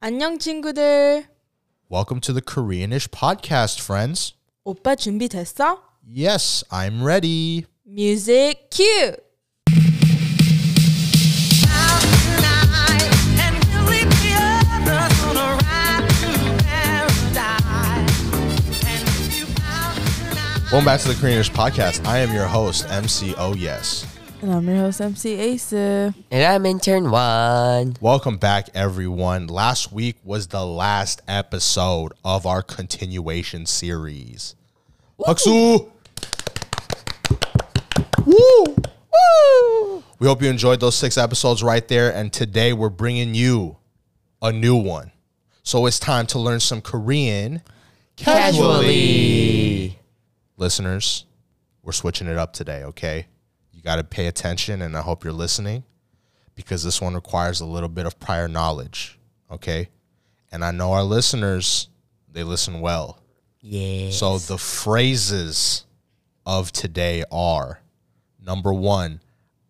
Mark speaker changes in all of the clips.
Speaker 1: 안녕 친구들.
Speaker 2: Welcome to the Koreanish podcast, friends.
Speaker 1: 오빠 준비됐어?
Speaker 2: Yes, I'm ready.
Speaker 1: Music cue.
Speaker 2: Welcome back to the Koreanish podcast. I am your host, MC Oh Yes.
Speaker 1: And I'm your host MC Ace.
Speaker 3: And I'm intern one.
Speaker 2: Welcome back, everyone. Last week was the last episode of our continuation series. 박수! Woo! We hope you enjoyed those six episodes right there. And today we're bringing you a new one. So it's time to learn some Korean listeners, we're switching it up today, okay? You got to pay attention, and I hope you're listening because this one requires a little bit of prior knowledge, okay? And I know our listeners, they listen well.
Speaker 3: Yeah.
Speaker 2: So the phrases of today are number one,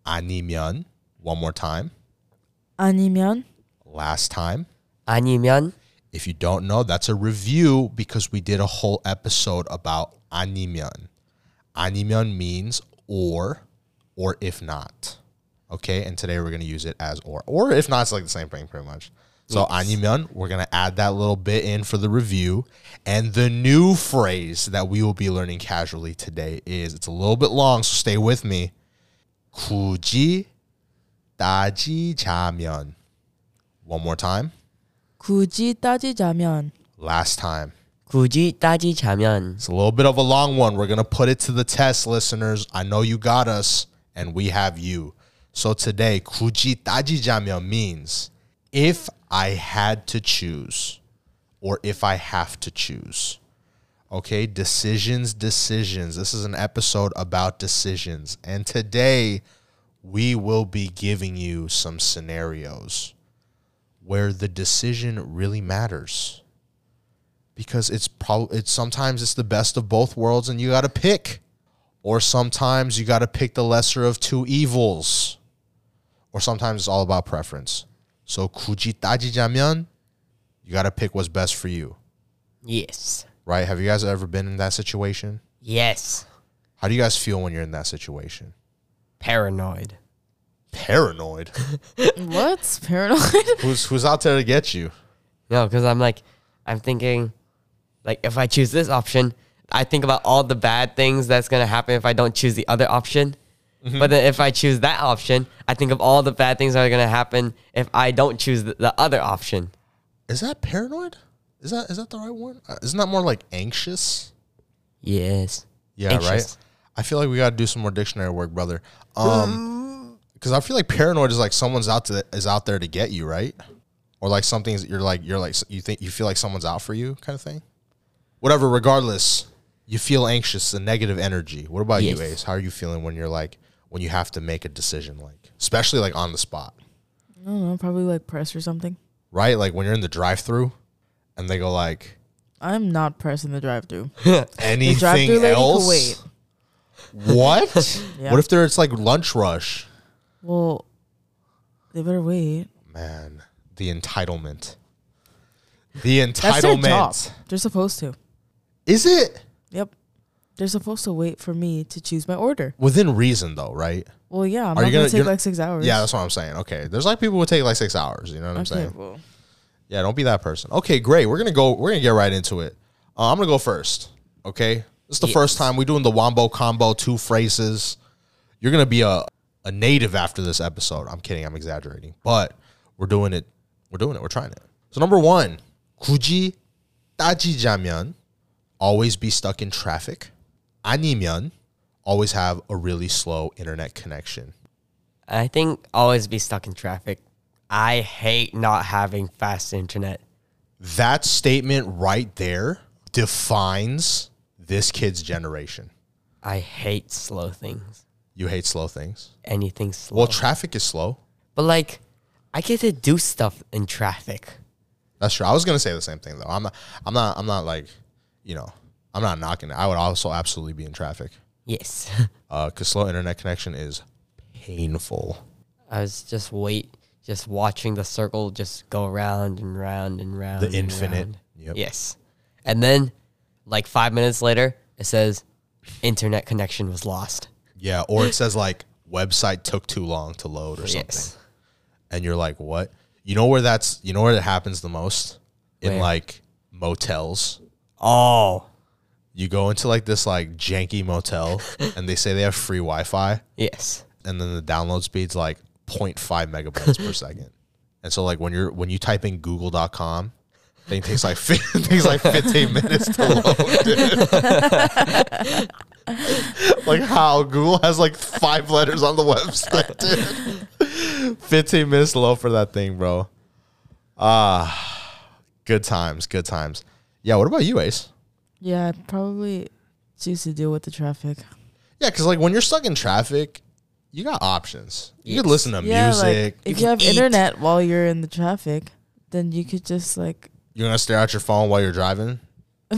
Speaker 2: 아니면, one more time,
Speaker 1: 아니면
Speaker 2: last time.
Speaker 3: 아니면
Speaker 2: If you don't know, that's a review because we did a whole episode about 아니면. 아니면 means or or if not. Okay, and today we're gonna use it as or. Or if not, it's like the same thing pretty much. So 아니면, we're gonna add that little bit in for the review. And the new phrase that we will be learning casually today is it's a little bit long, so stay with me. 굳이 따지자면. One more time.
Speaker 1: 굳이 따지자면
Speaker 2: Last time.
Speaker 3: 굳이 따지자면
Speaker 2: It's a little bit of a long one. We're going to put it to the test, listeners. I know you got us, and we have you. So today, 굳이 따지자면 means if I had to choose or if I have to choose. Okay, decisions, decisions. This is an episode about decisions. And today, we will be giving you some scenarios where the decision really matters because it's probably it's sometimes it's the best of both worlds and you got to pick or sometimes you got to pick the lesser of two evils or sometimes it's all about preference so 굳이 따지자면 you got to pick what's best for you
Speaker 3: yes.
Speaker 2: right have you guys ever been in that situation
Speaker 3: Yes.
Speaker 2: how do you guys feel when you're in that situation
Speaker 3: Paranoid.
Speaker 2: paranoid
Speaker 1: what's paranoid?
Speaker 2: who's who's out there to get you
Speaker 3: No, because I'm like I'm thinking like if I choose this option, I think about all the bad things that's gonna happen if I don't choose the other option.
Speaker 2: Mm-hmm.
Speaker 3: But then if I choose that option, I think of all the bad things that are gonna happen if I don't choose the, the other option.
Speaker 2: is that paranoid is that is that the right one Uh, isn't that more like anxious
Speaker 3: Yes.
Speaker 2: Yeah, right.
Speaker 3: Anxious.
Speaker 2: I feel like we got to do some more dictionary work, brother. Um, because I feel like paranoid is like someone's out to is out there to get you, right? Or like something's you're like you're like you think you feel like someone's out for you, kind of thing. Whatever. Regardless, you feel anxious, the negative energy. What about you, Ace?
Speaker 3: Yes.
Speaker 2: How are you feeling when you're like when you have to make a decision, like especially like on the spot,
Speaker 1: I don't know, probably like press or something.
Speaker 2: right? Like when you're in the drive-through, and they go like
Speaker 1: I'm not pressing the drive-through. drive-thru
Speaker 2: anything
Speaker 1: lady could
Speaker 2: else.
Speaker 1: wait."
Speaker 2: What?
Speaker 1: Yeah.
Speaker 2: What if there it's like lunch rush?
Speaker 1: Well, they better wait.
Speaker 2: Man, the entitlement. The
Speaker 1: That's their job.
Speaker 2: entitlement.
Speaker 1: They're supposed to.
Speaker 2: Is it
Speaker 1: Yep. They're supposed to wait for me to choose my order.
Speaker 2: within reason though, right?
Speaker 1: Well, yeah, I'm
Speaker 2: Are you
Speaker 1: not gonna,
Speaker 2: gonna-
Speaker 1: take
Speaker 2: you're-
Speaker 1: like six hours.
Speaker 2: Yeah, that's what I'm saying. Okay. There's like people who take like six hours, you know what I'm
Speaker 1: okay.
Speaker 2: saying?
Speaker 1: Well,
Speaker 2: Yeah, don't be that person. Okay, great. We're gonna go we're gonna get right into it. Uh, I'm gonna go first. Okay. This is the first time we're doing the wombo combo, two phrases. You're gonna be a, a native after this episode. I'm kidding, I'm exaggerating. But we're doing it. We're doing it. We're trying it. So number one, 굳이 따지자면 always be stuck in traffic. 아니면 always have a really slow internet connection.
Speaker 3: I think always be stuck in traffic. I hate not having fast internet.
Speaker 2: That statement right there defines this kid's generation.
Speaker 3: I hate slow things.
Speaker 2: You hate slow things.
Speaker 3: Anything slow.
Speaker 2: Well, traffic is slow.
Speaker 3: but like, I get to do stuff in traffic.
Speaker 2: That's true. I was gonna say the same thing though. I'm not. I'm not. I'm not like, you know, I'm not knocking it. I would also absolutely be in traffic uh,
Speaker 3: Yes.
Speaker 2: because slow internet connection is painful.
Speaker 3: I was just wait, just watching the circle just go round and round and round.
Speaker 2: The
Speaker 3: and
Speaker 2: infinite.
Speaker 3: round.
Speaker 2: Yep.
Speaker 3: Yes. And then, like five minutes later, it says internet connection was lost.
Speaker 2: Yeah, or it says like website took too long to load or something.
Speaker 3: Yes.
Speaker 2: And you're like, "What?" You know where that's you know where that happens the most? In
Speaker 3: Where?
Speaker 2: like motels.
Speaker 3: Oh.
Speaker 2: You go into like this like janky motel and they say they have free Wi-Fi
Speaker 3: Yes.
Speaker 2: and then the download speed's like 0.5 megabytes per second. And so like when you're when you type in google.com, thing takes like fif- takes like 15 minutes to load. dude. like how Google has like five letters on the website, dude. 15 minutes to load for that thing, bro. Ah, good times, good times. Yeah, what about you, Ace?
Speaker 1: Yeah, I probably choose to deal with the traffic.
Speaker 2: Yeah, because like when you're stuck in traffic, you got options. You could listen to
Speaker 1: yeah,
Speaker 2: music.
Speaker 1: like if
Speaker 2: can
Speaker 1: you, have
Speaker 2: eat.
Speaker 1: internet while you're in the traffic, then you could just like
Speaker 2: You're gonna stare at your phone while you're driving.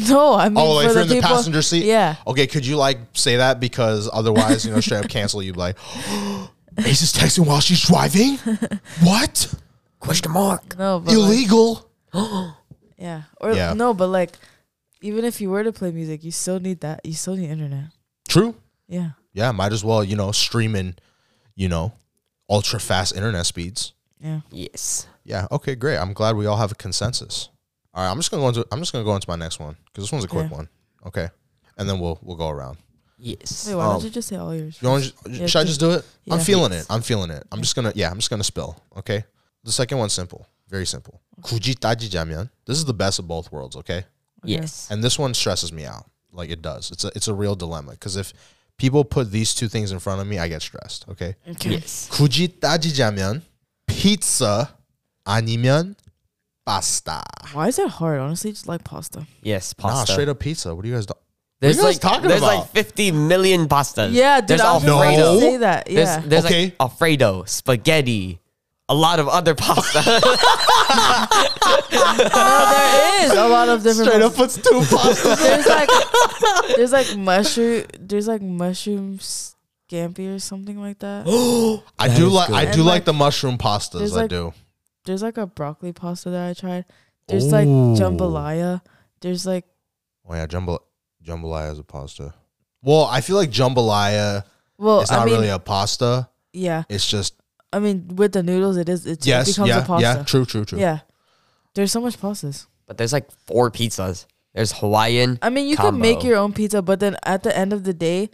Speaker 1: no, I mean
Speaker 2: Oh, like
Speaker 1: for
Speaker 2: if
Speaker 1: the
Speaker 2: you're in the
Speaker 1: people,
Speaker 2: passenger seat.
Speaker 1: Yeah,
Speaker 2: Okay, could you like say that because otherwise, you know, straight up cancel. You'd be like, Ace is texting while she's driving. What?
Speaker 3: Question mark.
Speaker 1: no, but like,
Speaker 2: Illegal.
Speaker 1: yeah, or
Speaker 2: Yeah.
Speaker 1: no, but like even if you were to play music, you still need that. You still need internet.
Speaker 2: True.
Speaker 1: Yeah,
Speaker 2: Yeah, might as well, you know, streaming, you know, ultra fast internet speeds.
Speaker 1: yeah.
Speaker 3: Yes.
Speaker 2: Yeah. Okay. Great. I'm glad we all have a consensus. All right. I'm just gonna go into. I'm just gonna go into my next one because this one's a quick
Speaker 1: Yeah.
Speaker 2: one. Okay. And then we'll we'll go around.
Speaker 3: Yes.
Speaker 1: Wait, why
Speaker 2: Um,
Speaker 1: don't you just say all yours?
Speaker 2: You want to,
Speaker 1: Yeah,
Speaker 2: should I just do it? I'm
Speaker 1: yeah.
Speaker 2: feeling it. I'm feeling it. I'm just gonna yeah. I'm just gonna spill. Okay. The second one's simple. Very simple. Kujitaji jamyan. This is the best of both worlds. Okay.
Speaker 1: Okay.
Speaker 3: Yes.
Speaker 2: And this one stresses me out. Like it does. It's a it's a real dilemma because if people put these two things in front of me, I get stressed. Okay.
Speaker 1: Okay.
Speaker 3: Yes.
Speaker 2: Kujitaji jamyan. Pizza 아니면 pasta.
Speaker 1: Why is it hard? Honestly, just like pasta.
Speaker 3: Yes. Pasta.
Speaker 2: Nah, straight up pizza. What do you guys do?
Speaker 3: There's
Speaker 2: What are you
Speaker 3: like
Speaker 2: guys talking
Speaker 3: there's
Speaker 2: about?
Speaker 3: like 50 million pastas.
Speaker 1: Yeah, dude,
Speaker 3: There's
Speaker 1: I was just about
Speaker 2: No.
Speaker 1: to say that.
Speaker 3: There's,
Speaker 1: Yeah,
Speaker 3: there's
Speaker 2: Okay.
Speaker 3: like Alfredo, spaghetti, a lot of other pasta.
Speaker 1: no, there is a lot of different.
Speaker 2: Straight up puts two pastas.
Speaker 1: there's like there's like mushroom there's like mushroom scampi or something like that.
Speaker 2: I
Speaker 3: That
Speaker 2: do
Speaker 3: is
Speaker 2: like I
Speaker 3: good.
Speaker 2: do
Speaker 1: And,
Speaker 2: like
Speaker 1: like,
Speaker 2: the mushroom pastas.
Speaker 1: there's,
Speaker 2: I
Speaker 1: like,
Speaker 2: do.
Speaker 1: There's like a broccoli pasta that I tried. There's like
Speaker 2: Ooh.
Speaker 1: jambalaya. There's like
Speaker 2: Oh yeah, jambal jambalaya is a pasta. Well, I feel like jambalaya
Speaker 1: well,
Speaker 2: it's
Speaker 1: I
Speaker 2: not
Speaker 1: mean,
Speaker 2: really a pasta.
Speaker 1: yeah.
Speaker 2: It's just
Speaker 1: I mean, with the noodles, it is it just
Speaker 2: yes,
Speaker 1: becomes
Speaker 2: yeah,
Speaker 1: a pasta.
Speaker 2: yeah, true, true, true.
Speaker 1: Yeah. There's so much pastas.
Speaker 3: but there's like four pizzas. There's Hawaiian.
Speaker 1: I mean, you can make
Speaker 3: Combo.
Speaker 1: your own pizza, but then at the end of the day,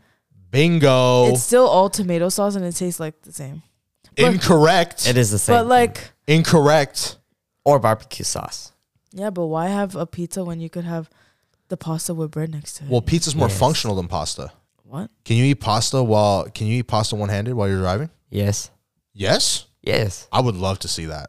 Speaker 2: Bingo.
Speaker 1: it's still all tomato sauce and it tastes like the same.
Speaker 2: incorrect.
Speaker 3: It is the same.
Speaker 1: but like,
Speaker 2: incorrect.
Speaker 3: or barbecue sauce.
Speaker 1: yeah, but why have a pizza when you could have the pasta with bread next to it?
Speaker 2: Well, pizza's more
Speaker 3: Yes.
Speaker 2: functional than pasta.
Speaker 1: what?
Speaker 2: Can you eat pasta while can you eat pasta one-handed while you're driving?
Speaker 3: Yes.
Speaker 2: Yes.
Speaker 3: Yes.
Speaker 2: I would love to see that.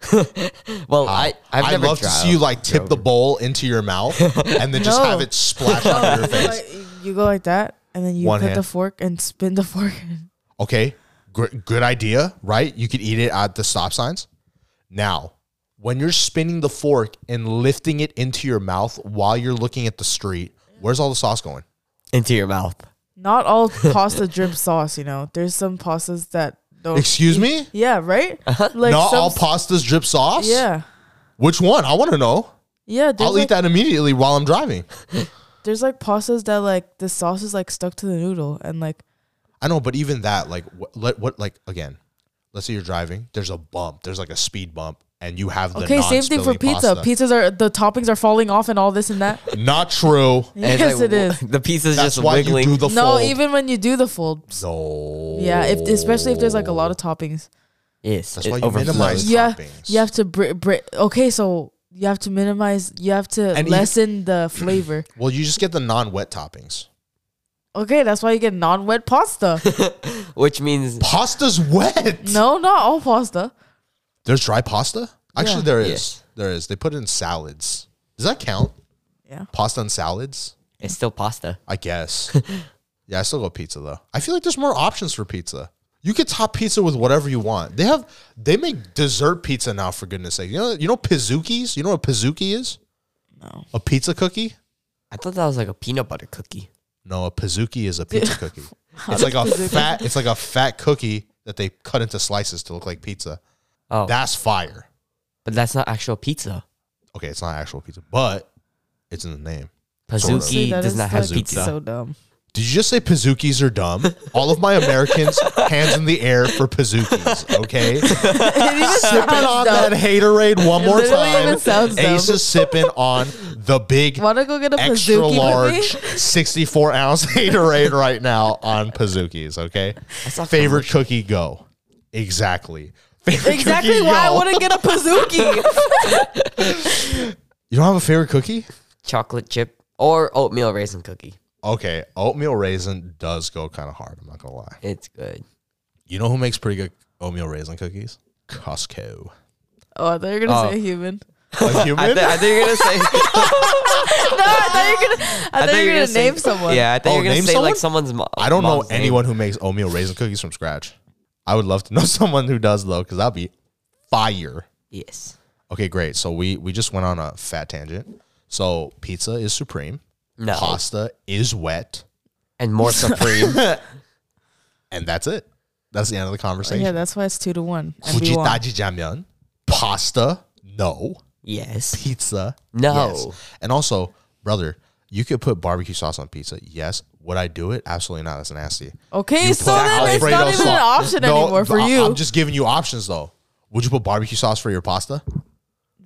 Speaker 3: Well, I I've
Speaker 2: would
Speaker 3: never
Speaker 2: Ah, love to see you like tip the bowl into your mouth and then just
Speaker 1: No.
Speaker 2: have it splash onto your face.
Speaker 1: Like, you go like that, and then you
Speaker 2: One
Speaker 1: put the
Speaker 2: hand.
Speaker 1: fork and spin the fork.
Speaker 2: okay, gr- good idea, right? You could eat it at the stop signs. Now, when you're spinning the fork and lifting it into your mouth while you're looking at the street, where's all the sauce going?
Speaker 3: into your mouth.
Speaker 1: Not all pasta drips sauce, you know. There's some pastas that don't.
Speaker 2: Excuse me? Uh-huh.
Speaker 1: yeah, right. Like
Speaker 2: Not
Speaker 1: some
Speaker 2: all
Speaker 1: s-
Speaker 2: pastas drip sauce?
Speaker 1: Yeah,
Speaker 2: Which one? I want to know.
Speaker 1: yeah. There's
Speaker 2: I'll
Speaker 1: like,
Speaker 2: eat that immediately while I'm driving.
Speaker 1: There's like pastas that like the sauce is like stuck to the noodle, and like
Speaker 2: I know, but even that, like, what, let, what, like, again, let's say you're driving, there's a bump, there's like a speed bump, and you have the
Speaker 1: okay, same thing for
Speaker 2: non-spilling
Speaker 1: pizza.
Speaker 2: pasta.
Speaker 1: Pizzas are the toppings are falling off and all this and that.
Speaker 2: Not true.
Speaker 3: And it's
Speaker 1: yes,
Speaker 3: like,
Speaker 1: it is.
Speaker 3: The pieces
Speaker 2: That's
Speaker 3: just
Speaker 2: why
Speaker 3: wiggling.
Speaker 2: you do the
Speaker 1: No,
Speaker 2: fold.
Speaker 1: even when you do the fold.
Speaker 2: No.
Speaker 1: Yeah, if especially if there's like a lot of toppings.
Speaker 3: yes.
Speaker 2: That's
Speaker 3: it
Speaker 2: why you
Speaker 3: overflows.
Speaker 2: minimize-
Speaker 1: Yeah,
Speaker 2: toppings.
Speaker 1: you have to br- br- Okay, so you have to minimize. You have to
Speaker 2: And you-
Speaker 1: lessen the flavor.
Speaker 2: Well, you just get the non-wet toppings.
Speaker 1: Okay, that's why you get non-wet pasta.
Speaker 3: which means
Speaker 2: Pasta's wet.
Speaker 1: no, not all pasta.
Speaker 2: There's dry pasta? Actually,
Speaker 1: Yeah.
Speaker 2: there is.
Speaker 3: Yes.
Speaker 2: There is. They put it in salads. Does that count?
Speaker 1: Yeah.
Speaker 2: Pasta and salads?
Speaker 3: it's still pasta.
Speaker 2: I guess. yeah, I still go pizza though. I feel like there's more options for pizza. You could top pizza with whatever you want. They have they make dessert pizza now for goodness sake. You know you know pizookies? You know what pizookie is?
Speaker 1: No.
Speaker 2: A pizza cookie?
Speaker 3: I thought that was like a peanut butter cookie.
Speaker 2: No, a pizookie is a pizza cookie. It's like a fat it's like a fat cookie that they cut into slices to look like pizza.
Speaker 3: Oh.
Speaker 2: That's fire.
Speaker 3: But that's not actual pizza.
Speaker 2: Okay, it's not actual pizza, but it's in the name. Sort of.
Speaker 3: Pazuki
Speaker 1: Honestly, that
Speaker 3: does
Speaker 1: is,
Speaker 3: not have
Speaker 1: like,
Speaker 3: pizza.
Speaker 1: So dumb.
Speaker 2: Did you just say Pazookies are dumb? All of my Americans, hands in the air for Pazookies, okay?
Speaker 1: it even
Speaker 2: sipping
Speaker 1: sounds
Speaker 2: on that
Speaker 1: dumb.
Speaker 2: haterade one more
Speaker 1: literally
Speaker 2: time.
Speaker 1: even sounds dumb.
Speaker 2: Ace is sipping on the big
Speaker 1: Wanna go get a
Speaker 2: extra
Speaker 1: Pazuki
Speaker 2: large
Speaker 1: with me?
Speaker 2: 64 ounce haterade right now on Pazookies, okay?
Speaker 3: not
Speaker 2: Favorite cookie go. Exactly. Favorite
Speaker 1: Exactly
Speaker 2: cookie,
Speaker 1: why I
Speaker 2: go.
Speaker 1: wouldn't get a Pazuki.
Speaker 2: You don't have a favorite cookie?
Speaker 3: Chocolate chip or oatmeal raisin cookie.
Speaker 2: Okay, oatmeal raisin does go kind of hard, I'm not gonna lie.
Speaker 3: It's good.
Speaker 2: You know who makes pretty good oatmeal raisin cookies? Costco.
Speaker 1: oh, I thought you were gonna
Speaker 3: Oh.
Speaker 1: say human.
Speaker 2: A
Speaker 3: I,
Speaker 2: human?
Speaker 3: th- I think you're gonna say.
Speaker 1: No, I thought you were gonna. I,
Speaker 3: I
Speaker 1: thought you were gonna,
Speaker 3: say-
Speaker 1: name someone.
Speaker 3: Yeah, I think
Speaker 2: Oh,
Speaker 3: you're gonna
Speaker 2: name
Speaker 3: say like someone's mom.
Speaker 2: I don't know anyone who makes oatmeal raisin cookies from scratch. I would love to know someone who does though, because that'd be fire.
Speaker 3: Yes.
Speaker 2: Okay, great. So we we just went on a fat tangent. So pizza is supreme,
Speaker 3: No.
Speaker 2: pasta is wet,
Speaker 3: And more supreme.
Speaker 2: and that's it. That's the end of the
Speaker 1: Yeah,
Speaker 2: conversation.
Speaker 1: that's why it's two to one. and we won.
Speaker 2: Fujitaji jamyeon, pasta, no,
Speaker 3: yes.
Speaker 2: pizza,
Speaker 3: No.
Speaker 2: yes. And also, brother, you could put barbecue sauce on pizza. Yes, would I do it? Absolutely not. That's nasty.
Speaker 1: Okay,
Speaker 2: You
Speaker 1: so
Speaker 2: put
Speaker 1: then it's
Speaker 2: Alfredo
Speaker 1: not even an
Speaker 2: sauce.
Speaker 1: option
Speaker 2: No,
Speaker 1: anymore for
Speaker 2: I-
Speaker 1: you.
Speaker 2: I'm just giving you options though. Would you put barbecue sauce for your pasta?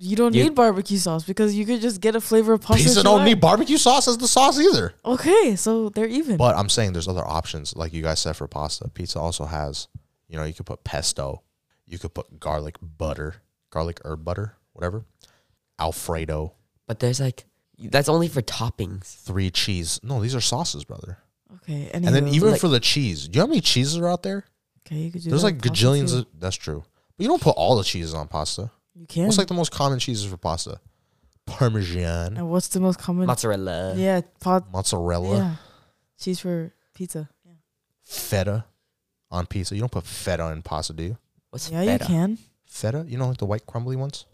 Speaker 1: you don't
Speaker 3: You-
Speaker 1: need barbecue sauce because you could just get a flavor of pasta.
Speaker 2: Pizza
Speaker 1: that you
Speaker 2: don't
Speaker 1: like.
Speaker 2: need barbecue sauce as the sauce either.
Speaker 1: Okay, so they're even.
Speaker 2: But I'm saying there's other options, like you guys said for pasta. Pizza also has, you know, you could put pesto, you could put garlic butter, garlic herb butter, whatever. Alfredo,
Speaker 3: But there's like that's only for toppings.
Speaker 2: three cheese. No, these are sauces, brother.
Speaker 1: okay,
Speaker 2: And
Speaker 1: any of
Speaker 2: then
Speaker 1: those.
Speaker 2: even
Speaker 3: Like-
Speaker 2: for the cheese, do you know how many cheeses are out there?
Speaker 1: okay, you could do
Speaker 2: There's
Speaker 1: that
Speaker 2: like
Speaker 1: with pasta
Speaker 2: gajillions.
Speaker 1: too.
Speaker 2: Of, that's true, but you don't put all the cheeses on pasta.
Speaker 1: you can.
Speaker 2: What's like the most common cheeses for pasta? Parmesan,
Speaker 1: and what's the most common?
Speaker 3: Mozzarella.
Speaker 1: Yeah, pot.
Speaker 2: mozzarella,
Speaker 1: Yeah, cheese for pizza.
Speaker 2: feta on pizza. You don't put feta in pasta, do you?
Speaker 3: What's
Speaker 1: Yeah,
Speaker 3: feta?
Speaker 1: you can.
Speaker 2: Feta? You know, like the white crumbly ones?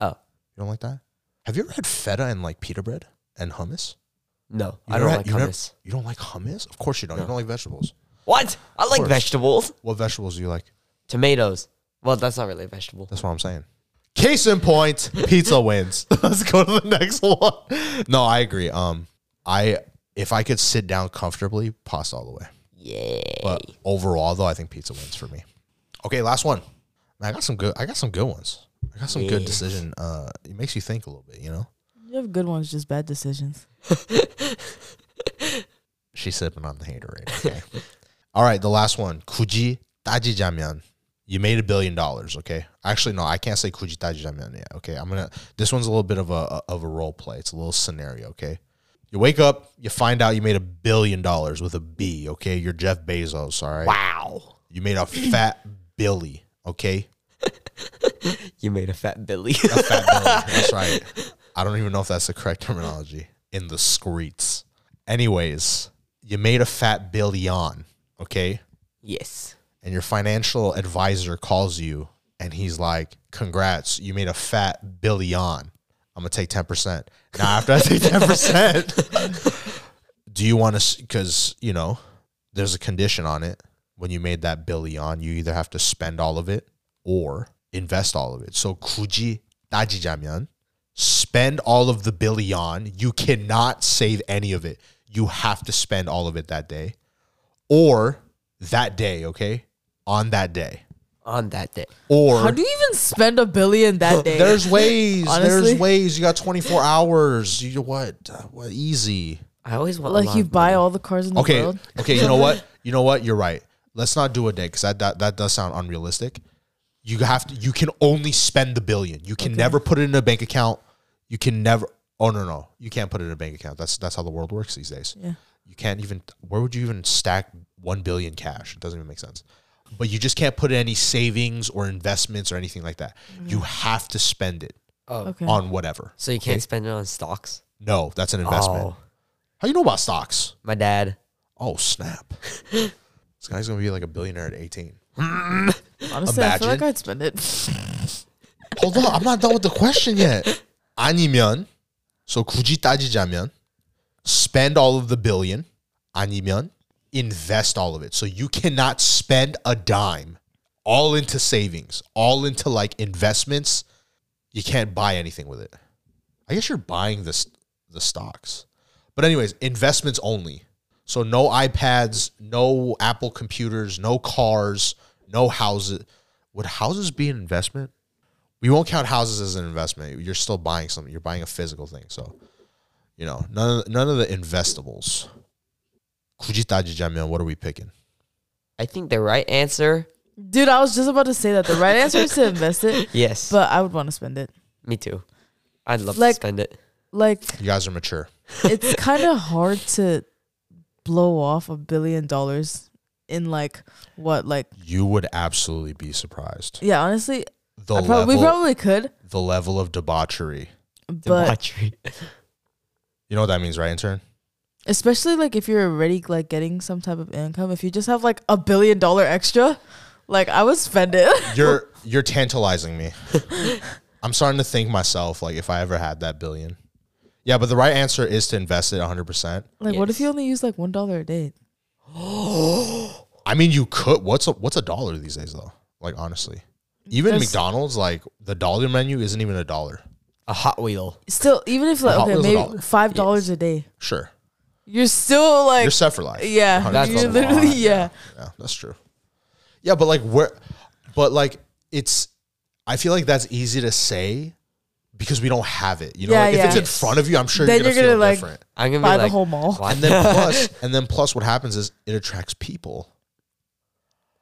Speaker 3: Oh.
Speaker 2: You don't like that? Have you ever had feta and like pita bread and hummus?
Speaker 3: No,
Speaker 2: You
Speaker 3: I don't
Speaker 2: never-
Speaker 3: like
Speaker 2: you never-
Speaker 3: hummus.
Speaker 2: You don't like hummus? Of course you don't. You
Speaker 3: No.
Speaker 2: don't like vegetables.
Speaker 3: What? I like
Speaker 2: course.
Speaker 3: vegetables.
Speaker 2: What vegetables do you like?
Speaker 3: Tomatoes. Well, that's not really a vegetable.
Speaker 2: That's what I'm saying. Case in point, pizza wins. Let's go to the next one. No, I agree. Um, I if I could sit down comfortably, pasta all the way.
Speaker 3: Yeah.
Speaker 2: But overall, though, I think pizza wins for me. Okay, last one. Man, I got some good. I got some good ones. I got some good
Speaker 3: Yeah.
Speaker 2: decision. Uh, it makes you think a little bit. You know.
Speaker 1: You have good ones, just bad decisions.
Speaker 2: She's sipping on the haterade. Okay. All right, the last one. Kuji Taji Jamyeon. You made a billion dollars, okay? Actually, no, I can't say Kuji Taji Jamyeon yet, okay? I'm gonna. This one's a little bit of a of a role play. It's a little scenario, okay? You wake up, you find out you made a billion dollars with a B, okay? You're Jeff Bezos, all right?
Speaker 3: Wow.
Speaker 2: You made a fat billy, okay?
Speaker 3: You made a fat Billy.
Speaker 2: A fat belly. That's right. I don't even know if that's the correct terminology in the streets. Anyways, you made a fat billion, okay?
Speaker 3: yes.
Speaker 2: And your financial advisor calls you and he's like, Congrats, you made a fat billion. I'm gonna take 10%. Now, after I take 10%, do you wanna, because, you know, there's a condition on it. When you made that billion, you either have to spend all of it or invest all of it. So, 굳이 따지자면, spend all of the billion. You cannot save any of it. You have to spend all of it that day or that day, okay? On that day.
Speaker 3: On that day.
Speaker 1: How
Speaker 2: Or
Speaker 1: do you even spend a billion that day?
Speaker 2: there's ways.
Speaker 1: Honestly?
Speaker 2: There's ways. You got 24 hours. You what? Uh, What easy.
Speaker 3: I always want a
Speaker 1: like
Speaker 3: lot
Speaker 1: you
Speaker 3: of
Speaker 1: buy
Speaker 3: money.
Speaker 1: all the cars in the
Speaker 2: Okay.
Speaker 1: world.
Speaker 2: Okay, you know what? You know what? You're right. Let's not do a day cuz that, that that does sound unrealistic. You have to you can only spend the billion. You can never put it in a bank account. You can never Oh no, no. You can't put it in a bank account. That's that's how the world works these days.
Speaker 1: Yeah.
Speaker 2: You can't even where would you even stack 1 billion cash? It doesn't even make sense. But you just can't put any savings or investments or anything like that. You have to spend it
Speaker 3: Oh.
Speaker 1: Mm-hmm. Okay.
Speaker 2: on whatever.
Speaker 3: So you can't spend it on stocks?
Speaker 2: No, that's an investment.
Speaker 3: Oh.
Speaker 2: How you know about stocks?
Speaker 3: My dad.
Speaker 2: Oh, snap. this guy's going to be like a billionaire at 18.
Speaker 1: Honestly, I feel like
Speaker 2: imagine.
Speaker 1: I'd spend it.
Speaker 2: Hold on, I'm not done with the question yet. 아니면 so 굳이 따지자면 spend all of the billion 아니면 invest all of it. So you cannot spend a dime. all into savings, all into like investments, you can't buy anything with it. I guess you're buying this the stocks. But anyways, investments only. So no iPads, no Apple computers, no cars, no houses. Would houses be an investment? We won't count houses as an investment. You're still buying something. You're buying a physical thing. So, you know, none of, none of the investables. Kujitaji Jamil, what are we picking?
Speaker 3: I think the right answer,
Speaker 1: Dude, I was just about to say that the right answer is to invest it,
Speaker 3: yes.
Speaker 1: but I would want to spend it.
Speaker 3: me too. I'd love to
Speaker 1: Like-
Speaker 3: spend it.
Speaker 1: Like
Speaker 2: You guys are mature.
Speaker 1: it's kind of hard to blow off a billion dollars in like what like
Speaker 2: You would absolutely be surprised.
Speaker 1: yeah honestly
Speaker 2: The
Speaker 1: I prob- we
Speaker 2: level,
Speaker 1: probably could
Speaker 2: the level of debauchery.
Speaker 1: but
Speaker 3: Debauchery.
Speaker 2: You know what that means, right, intern?
Speaker 1: especially like if you're already like getting some type of income if you just have like a billion dollar extra like i would spend it
Speaker 2: You're you're tantalizing me. I'm starting to think myself like if I ever had that billion. Yeah, but the right answer is to invest it 100%.
Speaker 1: like what if you
Speaker 3: Yes.
Speaker 1: only use like one dollar a day
Speaker 2: I mean, you could. What's a what's a dollar these days though? Like honestly. Even
Speaker 1: That's-
Speaker 2: McDonald's like the dollar menu isn't even a dollar.
Speaker 3: A Hot Wheel.
Speaker 1: still even if like
Speaker 2: Hot
Speaker 1: okay
Speaker 2: Wheels a
Speaker 1: maybe
Speaker 2: dollar.
Speaker 1: five dollars a day
Speaker 2: Sure.
Speaker 1: you're still like
Speaker 2: You're set for life.
Speaker 1: yeah
Speaker 2: 100%.
Speaker 1: you're
Speaker 3: That's a
Speaker 1: literally
Speaker 3: lot,
Speaker 1: yeah
Speaker 2: Yeah, that's true. Yeah, but like where but like it's I feel like that's easy to say because we don't have it. You know,
Speaker 1: Yeah,
Speaker 2: like, if
Speaker 1: yeah.
Speaker 2: it's in front of you, I'm sure
Speaker 1: Then
Speaker 2: you're gonna,
Speaker 1: you're gonna,
Speaker 2: feel
Speaker 1: like,
Speaker 2: different.
Speaker 3: I'm gonna
Speaker 1: buy
Speaker 3: be
Speaker 1: the
Speaker 3: like,
Speaker 1: whole mall
Speaker 3: why-
Speaker 2: And then plus, and then plus, what happens is it attracts people.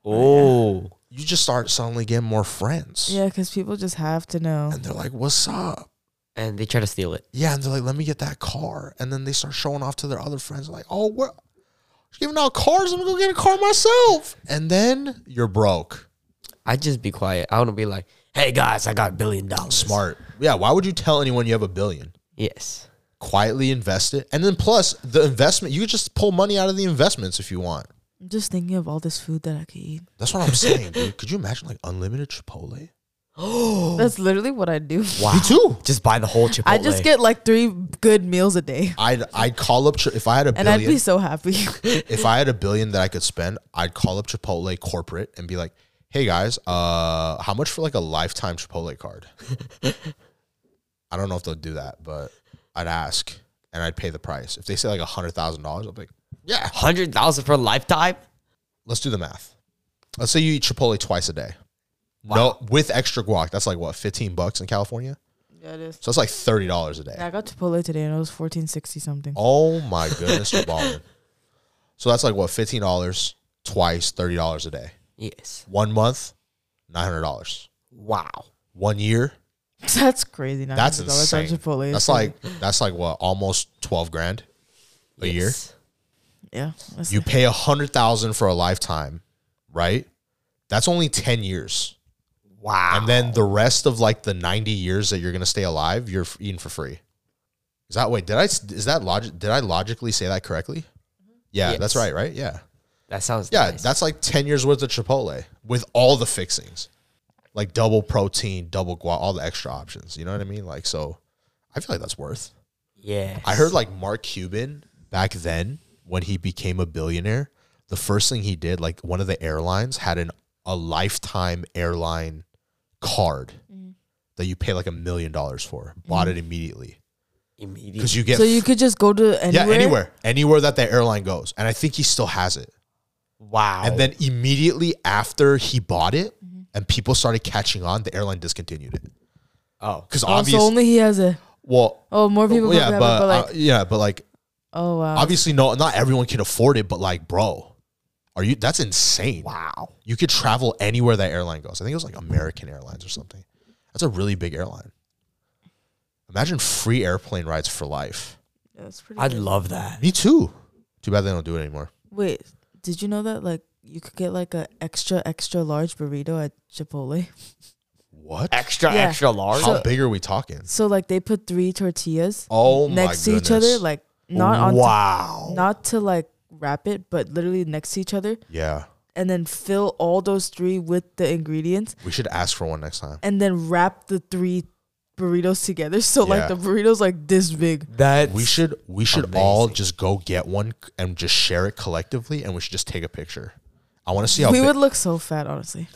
Speaker 3: oh,
Speaker 2: You just start suddenly getting more friends,
Speaker 1: yeah because people just have to know
Speaker 2: and they're like, "What's up?"
Speaker 3: and they try to steal it.
Speaker 2: Yeah, and they're like, "Let me get that car," and then they start showing off to their other friends, like, "Oh, we're she's giving out cars. I'm gonna go get a car myself." And then you're broke.
Speaker 3: I'd just be quiet. I want to be like, hey guys, I got a billion dollars.
Speaker 2: Smart. Yeah. Why would you tell anyone you have a billion?
Speaker 3: Yes.
Speaker 2: Quietly invest it, and then plus the investment. You could just pull money out of the investments if you want.
Speaker 1: i'm just thinking of all this food that i could eat
Speaker 2: That's what I'm saying, dude. Could you imagine like unlimited Chipotle?
Speaker 1: that's literally what i do
Speaker 3: Wow.
Speaker 2: Me too.
Speaker 3: Just buy the whole Chipotle.
Speaker 1: I just get like three good meals a day,
Speaker 2: I'd I'd call up Chi- if I had a
Speaker 1: and
Speaker 2: billion.
Speaker 1: I'd be so happy.
Speaker 2: if I had a billion that I could spend, I'd call up Chipotle corporate and be like, "Hey guys, uh, how much for like a lifetime Chipotle card?" I don't know if they'll do that, but I'd ask and I'd pay the price. If they say like a hundred thousand dollars, I'll be like, "Yeah,
Speaker 3: hundred thousand for a lifetime.
Speaker 2: let's do the math. Let's say you eat Chipotle twice a day,
Speaker 3: Wow.
Speaker 2: no with extra guac. That's like what fifteen bucks in California,
Speaker 1: yeah, it is.
Speaker 2: so that's like thirty dollars a day.
Speaker 1: I got Chipotle today, and it was fourteen sixty something.
Speaker 2: Oh my goodness, you're balling. So that's like what fifteen dollars twice, thirty dollars a day.
Speaker 3: Yes.
Speaker 2: One month, nine hundred dollars.
Speaker 3: Wow.
Speaker 2: One year,
Speaker 1: That's crazy.
Speaker 2: that's
Speaker 1: $900 on
Speaker 2: insane.
Speaker 1: Chipotle.
Speaker 2: That's like that's like what almost twelve grand a year.
Speaker 1: yeah, that's
Speaker 2: You pay a hundred thousand for a lifetime, right? That's only ten years,
Speaker 3: Wow.
Speaker 2: and then the rest of like the ninety years that you're gonna stay alive, you're f- eating for free. Is that wait? Did I s- is that logic? Did I logically say that correctly? Yeah, that's
Speaker 3: Yes.
Speaker 2: right. Right? Yeah.
Speaker 3: that sounds
Speaker 2: Yeah,
Speaker 3: nice.
Speaker 2: that's like 10 years worth of Chipotle with all the fixings. Like double protein, double guac, all the extra options. You know what I mean? Like so I feel like that's worth.
Speaker 3: yeah.
Speaker 2: I heard like Mark Cuban back then when he became a billionaire, the first thing he did, like one of the airlines had an a lifetime airline card
Speaker 1: Mm-hmm.
Speaker 2: that you pay like a million dollars for. Bought it immediately.
Speaker 3: immediately.
Speaker 2: Because you get
Speaker 1: so you could just go to anywhere.
Speaker 2: Yeah, anywhere. Anywhere that the airline goes. And I think he still has it.
Speaker 3: Wow.
Speaker 2: And then immediately after he bought it
Speaker 1: Mm-hmm.
Speaker 2: and people started catching on, the airline discontinued it.
Speaker 3: oh,
Speaker 2: Because
Speaker 1: Oh,
Speaker 2: obviously,
Speaker 1: so only he has it.
Speaker 2: well,
Speaker 1: Oh, more people.
Speaker 2: yeah, but,
Speaker 1: probably have it, but like,
Speaker 2: uh, yeah, but like
Speaker 1: oh wow.
Speaker 2: obviously, no, not everyone can afford it. But like, bro, are you? That's insane.
Speaker 3: wow.
Speaker 2: You could travel anywhere that airline goes. I think it was like American Airlines or something. That's a really big airline. Imagine free airplane rides for life.
Speaker 1: That's pretty.
Speaker 3: I'd
Speaker 1: good.
Speaker 3: love that.
Speaker 2: Me too. Too bad they don't do it anymore.
Speaker 1: Wait, did you know that like you could get like a extra extra large burrito at Chipotle?
Speaker 2: What?
Speaker 3: Extra,
Speaker 1: Yeah.
Speaker 3: extra large.
Speaker 2: How big are we talking?
Speaker 1: So like they put three tortillas
Speaker 2: Oh my
Speaker 1: next to each other,
Speaker 2: goodness.
Speaker 1: like not on top
Speaker 3: wow.
Speaker 1: not to like wrap it, but literally next to each other,
Speaker 2: yeah,
Speaker 1: and then fill all those three with the ingredients,
Speaker 2: we should ask for one next time.
Speaker 1: and then wrap the three burritos together. So
Speaker 2: Yeah.
Speaker 1: like the burritos like this big.
Speaker 3: That's
Speaker 2: We should we should all
Speaker 3: amazing.
Speaker 2: just go get one and just share it collectively, and we should just take a picture. I want to see how
Speaker 1: we
Speaker 2: big.
Speaker 1: would look so fat, honestly.